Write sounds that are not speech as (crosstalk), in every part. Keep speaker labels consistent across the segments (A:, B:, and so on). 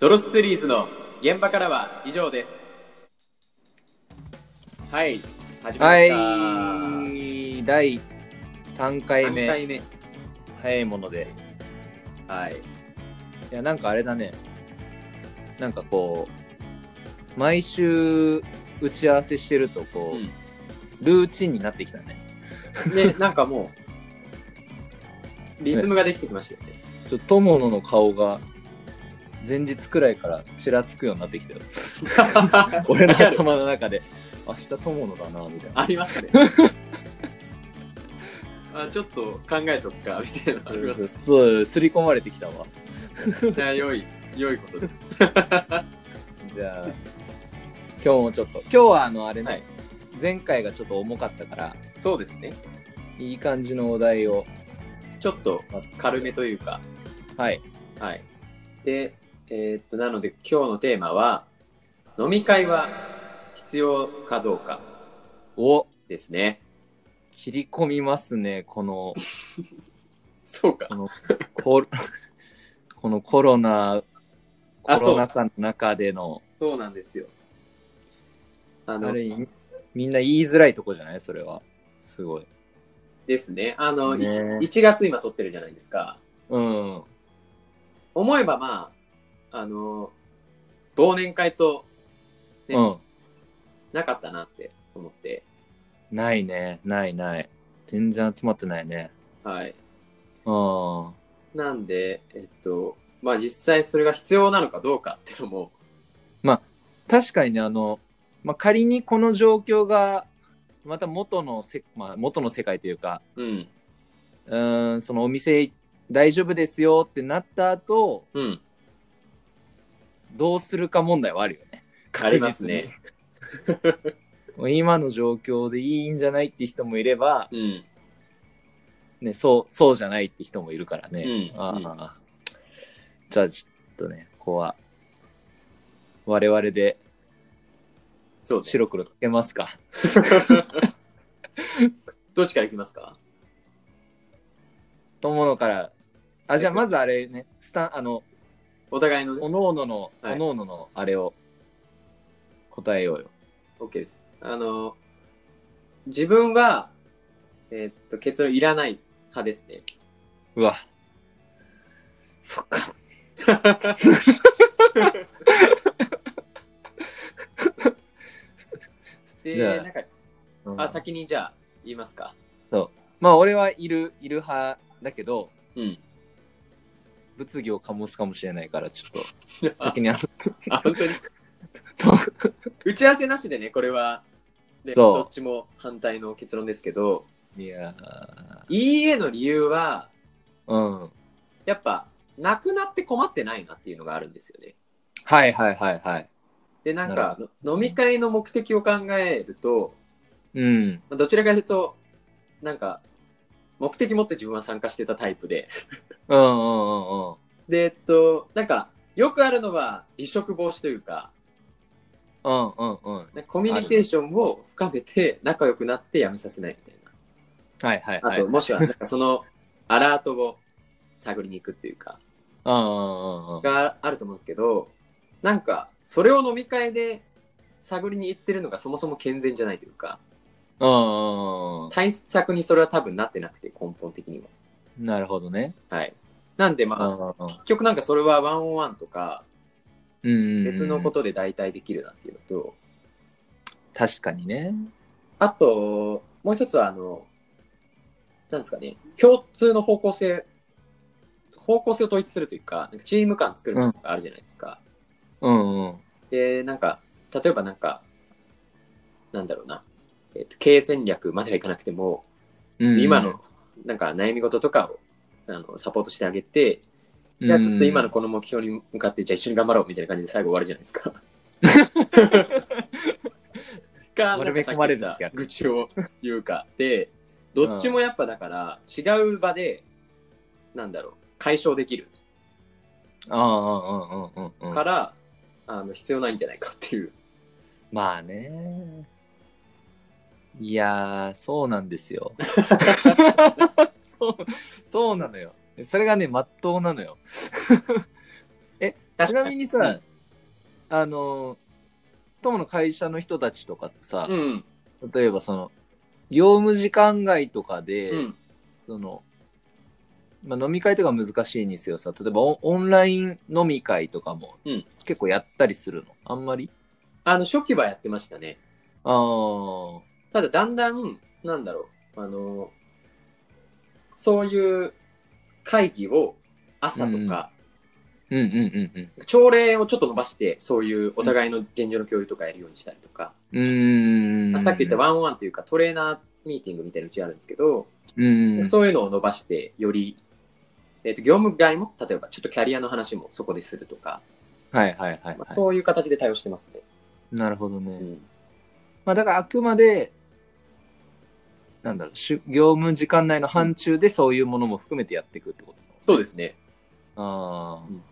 A: ドロスシリーズの現場からは以上です。はい、始ま
B: は
A: りました。
B: い、第3回
A: 3
B: 目、
A: 回目。
B: 早いもので。
A: はい。 (laughs)
B: いや、なんかあれだね。なんかこう、毎週打ち合わせしてると、こう、
A: うん
B: ルーチンになってきたね。
A: ね、なんかもう、リズムができてきましたよね。
B: ちょっと友野の顔が、前日くらいからちらつくようになってき
A: (laughs)
B: たよ。俺の頭の中で、明日友野だな、みたいな。
A: ありますね。 (laughs) あちょっと考えとくか、みたいなのありますね
B: そう、すり込まれてきたわ。
A: いや良い、良いことです。
B: じゃあ、今日もちょっと、今日はあの、あれね、
A: はい
B: 前回がちょっと重かったから、
A: そうですね。
B: いい感じのお題を。
A: ちょっと軽めというか、
B: はい。
A: はい。で、えーっと、なので今日のテーマは、飲み会は必要かどうか
B: お
A: ですね。 (laughs)
B: 切り込みますね、この、
A: そうか
B: こ (laughs) の、コこのコロナ、コ
A: あそう
B: ロナ禍の中での、
A: そうなんですよ。あ
B: あ
A: の、
B: る意味、みんな言いづらいとこじゃないそれは。すごい。
A: ですね。あの、
B: ね
A: 一 1, 月今撮ってるじゃないですか。
B: うん。
A: 思えばまあ、あの、忘年会とね
B: うん。
A: なかったなって思って、
B: ないね。ないない。全然集まってないね。
A: はい。
B: うん。
A: なんで、えっと、まあ実際それが必要なのかどうかっていうのも、
B: 確かにねあの、まあ、仮にこの状況がまた元のせ、まあ、元の世界というか
A: うん、
B: うーんそのお店大丈夫ですよってなった後
A: うん、
B: どうするか問題はあるよね。
A: ありますね。
B: 確実に。もう今の状況でいいんじゃないって人もいれば、
A: うん、
B: ね、そうそうじゃないって人もいるからね。
A: うん
B: ああ
A: うん
B: じゃあちょっとねここは我々で
A: そうね。
B: 白黒つけますか。
A: どっちからいきますか
B: 友野からあじゃあまずあれねスタンあの
A: お互いのね
B: お。のおのの、
A: はい
B: おのおののあれを答えようよ。
A: OK です。あの、自分は、えっと、結論いらない派です
B: (laughs)
A: ね。
B: うわ。そっか。
A: で、
B: じゃあ
A: なんか、あ、
B: あ
A: 先にじゃあ言いますか。
B: まあ俺はいる、いる派だけど、
A: うん。
B: 物議を醸すかもしれないから、ちょっと、先 (laughs) にあの、
A: あ、本当に。
B: と
A: (laughs) 打ち合わせなしでね、これは、ね、
B: そう
A: どっちも反対の結論ですけど、
B: いや
A: いいえの理由は、
B: ーうん。
A: やっぱ、なくなって困ってないなっていうのがあるんですよね。
B: はいはいはいはい。
A: で、なん
B: な
A: か、飲み会の目的を考えると、
B: うん。
A: まあどちらかというと、なんか、目的持って自分は参加してたタイプで。
B: うんうんうんうん。
A: で、えっと、なんか、よくあるのは、離職防止というか、
B: うんうんうん。はい
A: なんかコミュニケーションを深めて、仲良くなってやめさせないみたい
B: は
A: な。
B: い
A: あ
B: はい。
A: と、
B: うんうん
A: もしは、なんかその、アラートを探りに行くっていうか、
B: うんうん。
A: があると思うんですけど、なんか、それを飲み会で探りに行ってるのがそもそも健全じゃないというか、
B: うんうんうん。
A: 対策にそれは多分なってなくて、根本的には。
B: なるほどね。
A: はい。なんで、ま
B: う
A: あ、
B: んうんうん
A: 結局なんかそれはワンオンワンとか、
B: うんうん。
A: 別のことで代替できるなっていうのと、
B: 確かにね。
A: あと、もう一つは、あの、なんですかね、共通の方向性、方向性を統一するというか、なんかチーム感作ることがあるじゃないですか。
B: うんうん。
A: で、なんか、例えばなんか、なんだろうな、えっと経営戦略まではいかなくても、
B: うん
A: 今の、なんか悩み事とかを、あのサポートしてあげて、じゃあちょっと今のこの目標に向かって、じゃあ一緒に頑張ろうみたいな感じで最後終わるじゃないですか。 (laughs) か、
B: 丸め込まれる
A: なんかさっき言った
B: やつ
A: 愚痴を言うか。で、どっちもやっぱだから、違う場で、なんだろう、解消できる
B: うんうんうんうんうん
A: か。ら、あの必要ないんじゃないかっていう。
B: まあね。いやー、そうなんです (laughs) よ。 (laughs) そう、そうなのよ。それがね、まっとうなのよ。え、ちなみにさ、あの、友の会社の人たちとかってさ、
A: うん。
B: 例えばその、業務時間外とかで、
A: うん。
B: その、まあ、飲み会とか難しいにせよさ、例えばオンオンライン飲み会とかも
A: うん
B: 結構やったりするの。あんまり
A: あの、初期はやってましたね。
B: ああ、
A: ただ、だんだん、なんだろう、あの、そういう会議を朝とか、
B: うんうんうんうん。
A: 朝礼をちょっと伸ばして、そういうお互いの現状の共有とかやるようにしたりとか、
B: うーん。
A: さっき言ったワンオンワンというかトレーナーミーティングみたいなうちあるんですけど、
B: うん。
A: そういうのを伸ばして、より、えっ、と、業務外も、例えばちょっとキャリアの話もそこでするとか、
B: はいはいはい、はい
A: まあ、そういう形で対応してますね。
B: なるほどね。
A: うん。
B: まあだからあくまで、なんだろう、しゅ業務時間内の範疇でそういうものも含めてやっていくってこと
A: そうですね。
B: ああ、
A: うん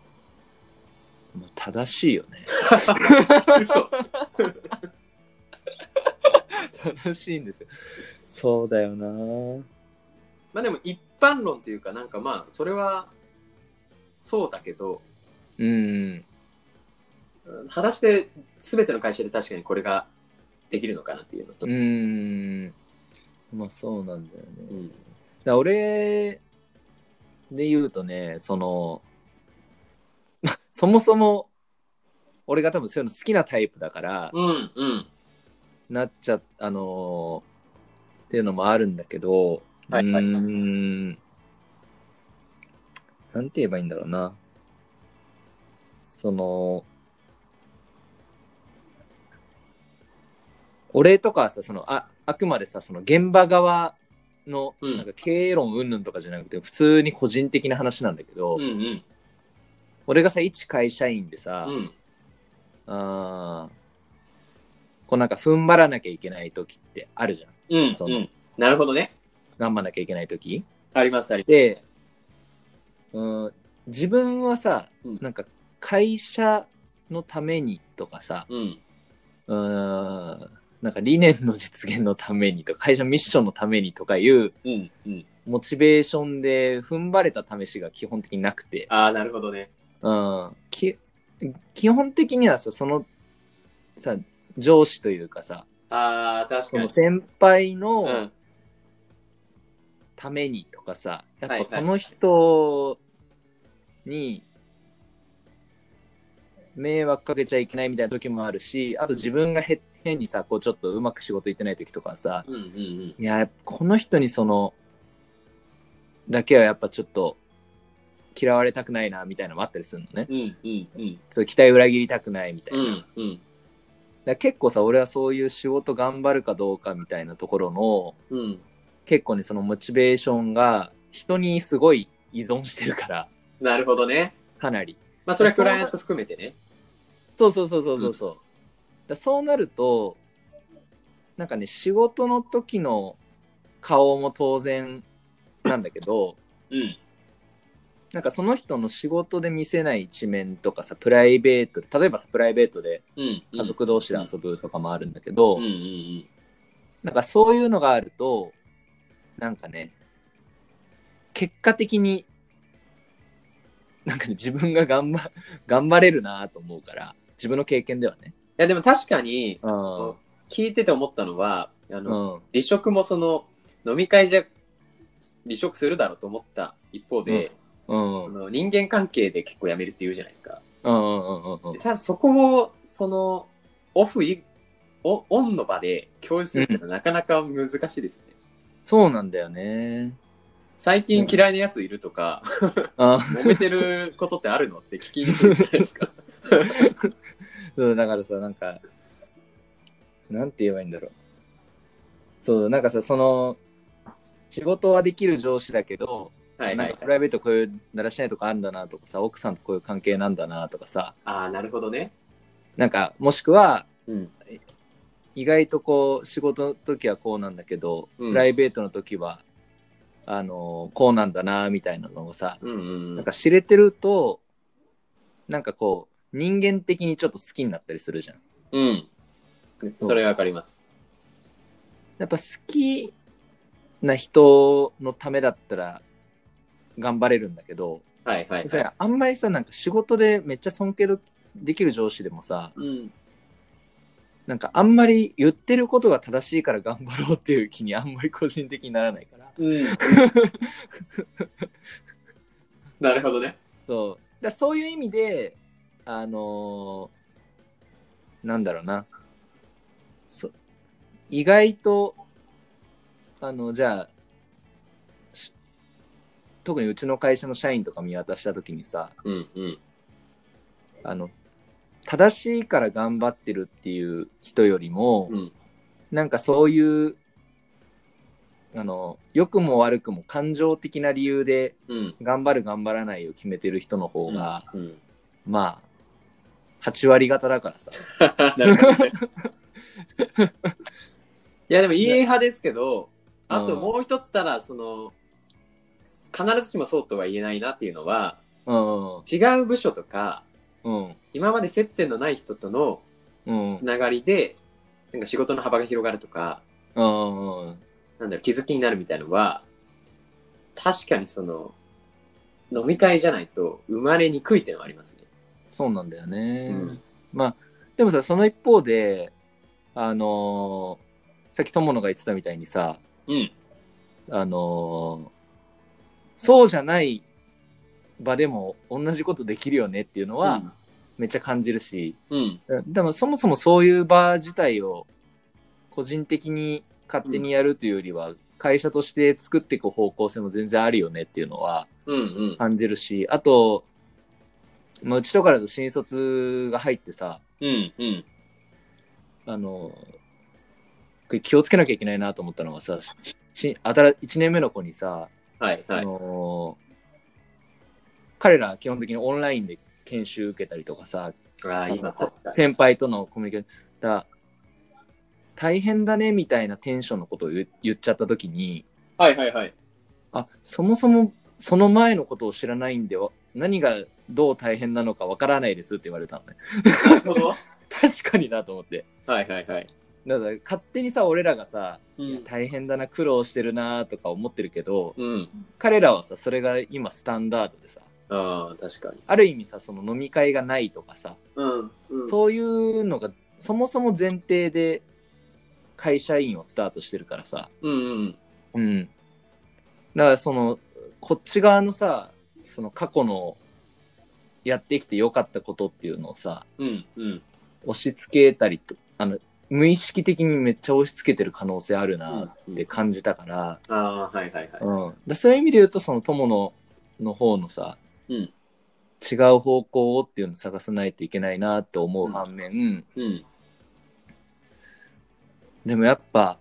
B: まあ正しいよね。
A: 嘘。
B: (laughs)
A: (laughs)
B: 正しいんですよ。そうだよな。
A: まあでも一般論というか、なんかまあ、それは、そうだけど、
B: うん。
A: うん果たして全ての会社で確かにこれができるのかなっていうのと。
B: うん。まあそうなんだよね。
A: うん
B: だから俺で言うとね、その、 (laughs) まあそもそも、俺が多分そういうの好きなタイプだから、
A: うん、うん。
B: なっちゃ、あのーっていうのもあるんだけど、
A: はいはいはいう
B: ーん。なんて言えばいいんだろうな。その、俺とかはさ、その、あ、あくまでさ、その現場側の、
A: うん
B: なんか経営論云々とかじゃなくて、普通に個人的な話なんだけど、
A: うん、うん。
B: 俺がさ、一会社員でさ、
A: うん、
B: あーこうなんか踏ん張らなきゃいけない時ってあるじゃん。
A: うん、
B: その
A: うん。なるほどね。
B: 頑張らなきゃいけない時
A: あります、ありま
B: で、うん、自分はさ、
A: うん
B: なんか会社のためにとかさ、
A: す。うん、
B: うん、なんか理念の実現のためにとか、会社ミッションのためにとかいう
A: うん、うん。
B: モチベーションで踏ん張れた試しが基本的になくて、
A: ああ、なるほどね。
B: うん、き基本的にはさ、そのさ、上司というかさ、
A: ああ、確
B: そ
A: か
B: の
A: に。
B: 先輩の、
A: うん、
B: ためにとかさや
A: はい
B: っ
A: は
B: ぱ
A: い
B: この人に迷惑かけちゃいけないみたいな時もあるしあと自分がへ変にさこうちょっとうまく仕事いってない時とかはさ
A: うん、うん、
B: いやこの人にそのだけはやっぱちょっと嫌われたくないなみたいなのもあったりするのね
A: うん。うん、うん、うん。
B: ちょっと期待裏切りたくないみたいな、
A: う
B: だか
A: ん、うん。
B: ら結構さ俺はそういう仕事頑張るかどうかみたいなところの
A: うん。
B: 結構ねそのモチベーションが人にすごい依存してるから
A: なるほどね。
B: かなり
A: まあ、それはクライアント含めてね。
B: そうそうそうそうそうそう、だそうなるとなんかね仕事の時の顔も当然なんだけど
A: うん。
B: なんかその人の仕事で見せない一面とかさプライベートで例えばさプライベートで
A: うん。
B: 家族同士で遊ぶとかもあるんだけど、
A: うん、うん、
B: なんかそういうのがあるとなんかね結果的になんかね自分が頑張頑張れるなと思うから自分の経験ではね。
A: いや、でも確かに、
B: うん
A: 聞いてて思ったのは、あの、
B: うん
A: 離職もその、飲み会じゃ離職するだろうと思った一方で、
B: うん
A: あ
B: うん
A: の人間関係で結構辞めるって言うじゃないですか。
B: うんうんうん
A: でただそこを、その、オフい、オオンの場で共有するってのはなかなか難しいですね。
B: そうなんだよね。
A: 最近嫌いなやついるとか、
B: あ
A: 揉めてることってあるのって聞きにくいじゃないですか。
B: そうだからさ、なんか、なんて言えばいいんだろう。そう、なんかさ、その、仕事はできる上司だけど、
A: はいは
B: なん
A: い
B: か。プライベート (laughs) こういうだらしないとこあるんだなとかさ、奥さんとこういう関係なんだなとかさ、
A: ああ、なるほどね。
B: なんか、もしくは、
A: うん。
B: 意外とこう、仕事の時はこうなんだけど、
A: うん
B: プライベートの時は、あのこうなんだなみたいなのをさ、
A: うんうんう
B: なん
A: ん。
B: か知れてると、なんかこう、人間的にちょっと好きになったりするじゃん。
A: うん。
B: そう
A: それわかります。
B: やっぱ好きな人のためだったら頑張れるんだけど、
A: はいはい
B: そ
A: は
B: れ
A: い。
B: あんまりさなんか仕事でめっちゃ尊敬できる上司でもさ
A: うん。
B: なんかあんまり言ってることが正しいから頑張ろうっていう気にあんまり個人的にならないから (laughs)
A: うん。なるほどね。
B: そうだからそういう意味であのーなんだろうなそ意外とあのじゃあし特にうちの会社の社員とか見渡した時にさ
A: うんうん。
B: あの正しいから頑張ってるっていう人よりも、
A: うん。
B: なんかそういうあの良くも悪くも感情的な理由で
A: うん。
B: 頑張る頑張らないを決めてる人の方が、
A: うん。
B: まあ8割方だからさ
A: (laughs) なるほどね。いや、でも家派ですけど、あともう一つたら、その、必ずしもそうとは言えないなっていうのは、
B: うん
A: 違う部署とか、
B: うん
A: 今まで接点のない人との
B: うん
A: つながりで、なんか仕事の幅が広がるとか、
B: うんうん
A: なんだろう、気づきになるみたいなのは、確かにその、飲み会じゃないと生まれにくいっていうのはありますね。
B: そうなんだよね、
A: うん
B: まあでもさその一方であのーさっき友野が言ってたみたいにさ
A: うん。
B: あのーそうじゃない場でも同じことできるよねっていうのは、めっちゃ感じるし、
A: うん。
B: でもそもそもそういう場自体を個人的に勝手にやるというよりは、会社として作っていく方向性も全然あるよねっていうのは
A: うんうん。
B: 感じるし、あと、まあ、うちとかだと新卒が入ってさ、
A: うんうん。
B: あの、これ気をつけなきゃいけないなと思ったのがさ、し新1年目の子にさ、
A: はいは
B: あ
A: い。
B: の彼ら基本的にオンラインで研修受けたりとかさ、
A: ああ、今確かに。
B: 先輩とのコミュニケーションだ大変だねみたいなテンションのことを言言っちゃった時に
A: はいはい (laughs) はい。
B: あそもそもその前のことを知らないんでわ何がどう大変なのかわからないですって言われたのね
A: なるほど。
B: 確かになと思って
A: はいはいはい。
B: だから勝手にさ俺らがさ、
A: う
B: いや
A: ん。
B: 大変だな苦労してるなとか思ってるけど
A: うん。
B: 彼らはさそれが今スタンダードでさ
A: ああ、確かに。
B: ある意味さその飲み会がないとかさ
A: うん。うん
B: そういうのがそもそも前提で会社員をスタートしてるからさ、
A: うん
B: うん。だからその、こっち側のさ、その過去のやってきてよかったことっていうのをさ、
A: うん。うんうん。
B: 押し付けたりと、あの、無意識的にめっちゃ押し付けてる可能性あるなって感じたから、
A: ああ、はいはいはい。
B: うん。だからそういう意味で言うと、その友のの方のさ、
A: うん
B: 違う方向をっていうのを探さないといけないなって思う反面、
A: うん。
B: でもやっぱ、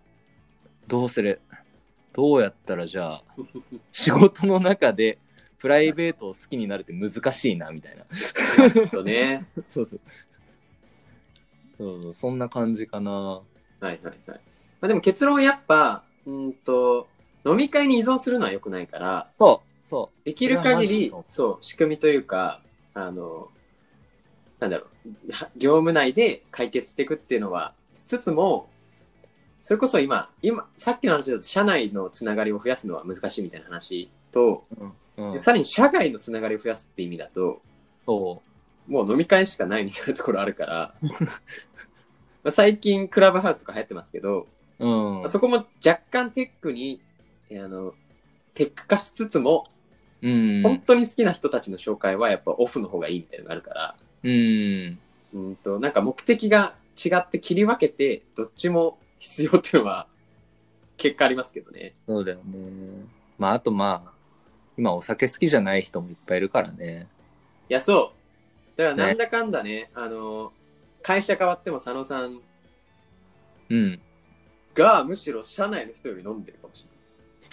B: どうするどうやったらじゃあ、仕事の中でプライベートを好きになるって難しいな、みたいな。
A: ちょっとね。 (laughs)
B: そうそう。そうそんな感じかな。
A: はいはいはい。まあ、でも結論やっぱ、うんと、飲み会に依存するのは良くないから、
B: そう、そ
A: できる限
B: いやマジで
A: り
B: そう、
A: そう、仕組みというか、あの、なんだろう、は業務内で解決していくっていうのは、しつつも、それこそ今、今、さっきの話だと、社内のつながりを増やすのは難しいみたいな話と、
B: う。うん、
A: で
B: そ
A: さらに社外のつながりを増やすって意味だと、
B: う。
A: もう飲み会しかないみたいなところある
B: (laughs)
A: から、まあ最近クラブハウスとか流行ってますけど、
B: うん
A: まあ。そこも若干テックに、えーあの、テック化しつつも、
B: うん。
A: 本当に好きな人たちの紹介はやっぱオフの方がいいみたいなのがあるから、
B: うん。
A: うんと、なんか目的が違って切り分けて、どっちも必要っていうのは、結果ありますけどね。
B: そうだよね。まあ、あとまあ、今お酒好きじゃない人もいっぱいいるからね。
A: いや、そう。だからなんだかんだね、あの、会社変わっても佐野さん
B: うん。
A: が、むしろ社内の人より飲んでるかもし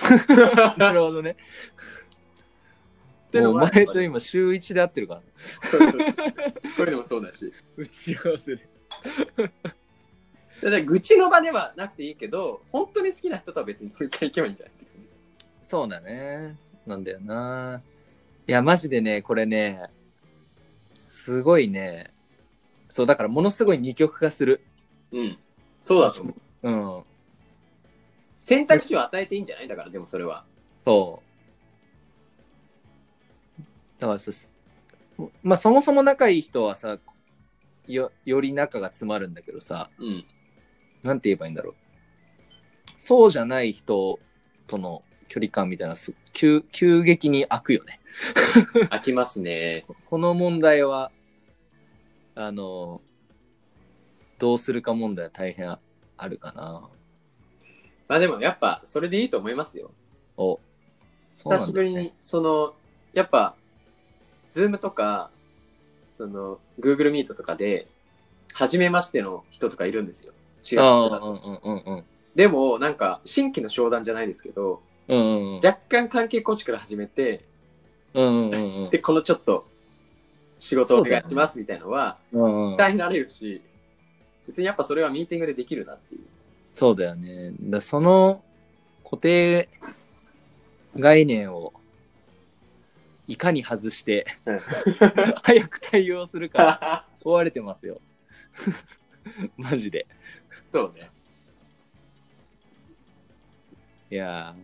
A: れない。
B: (laughs) なるほどね。
A: ての
B: もう
A: は
B: お前と今週一で会ってるからね。
A: そうそうそうこういうのもそうだし。
B: 打ち合わせで。
A: だから愚痴の場ではなくていいけど、本当に好きな人とは別にもう一回行けばいいんじゃないって感じ。
B: そうだね。そうなんだよな。いや、マジでね、これね、すごいね。そう、だからものすごい二極化する。
A: うん。そうだと思う。
B: うん。
A: 選択肢を与えていいんじゃないだから、でもそれは。
B: そだからさ、すまあそもそも仲いい人はさ、よ、より仲が詰まるんだけどさ、
A: うん。
B: なんて言えばいいんだろう。そうじゃない人との距離感みたいなす急、急激に開くよね。
A: 飽きますね。
B: この問題は、あの、どうするか問題は大変ああるかな。
A: まあでもやっぱそれでいいと思いますよ。
B: お、そうなん
A: 久
B: だ
A: しぶり
B: ね
A: に、その、やっぱ、ズームとか、その、Google Meet とかで、初めましての人とかいるんですよ。違
B: あ
A: う人
B: あ
A: だと
B: うんうんうんうん。
A: でも、なんか、新規の商談じゃないですけど、
B: うんうんうん。
A: 若干関係構築から始めて、
B: うんうんうんうん。
A: で、このちょっと、仕事お願いしますみたいのは、
B: うんう
A: 絶
B: ん
A: 対になれるし、別にやっぱそれはミーティングでできるなっていう。 (laughs)
B: そうだよね。だその固定概念をいかに外して
A: うん
B: 早く対応するか壊れてますよ。マジで。
A: そうね。
B: いや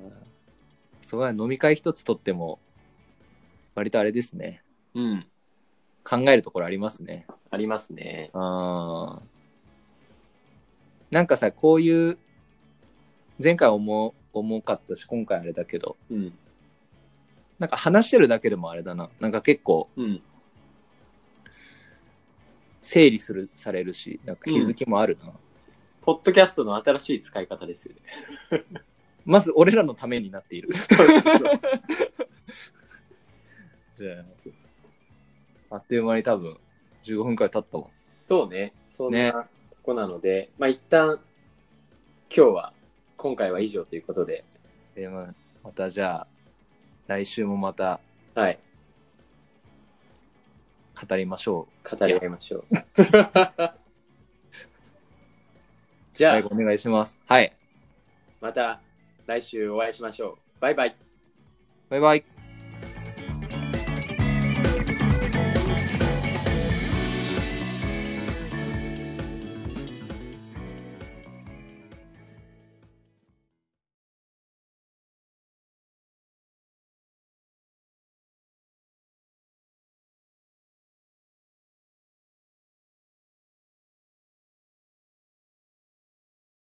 B: ー、そこは飲み会一つとっても割とあれですね。
A: うん。
B: 考えるところありますね。
A: ありますね。
B: あーなんかさこういう前回重重かったし今回あれだけど
A: うん。
B: なんか話してるだけでもあれだななんか結構
A: うん。
B: 整理するされるしなんか気づきもあるな、
A: ポッドキャストの新しい使い方ですよね。
B: まず俺らのためになっているじゃああっという間に多分15分くらい経ったわ
A: (laughs) そうね。そん
B: ね
A: なとこなので、まあ一旦、今日は、今回は以上ということで、
B: でまあまたじゃあ来週もまた
A: はい、
B: 語りましょう
A: 語り合いましょ
B: (laughs)
A: う。じゃあ
B: 最後、お願いしますはい
A: また来週お会いしましょう。バイバイ。
B: バイバイ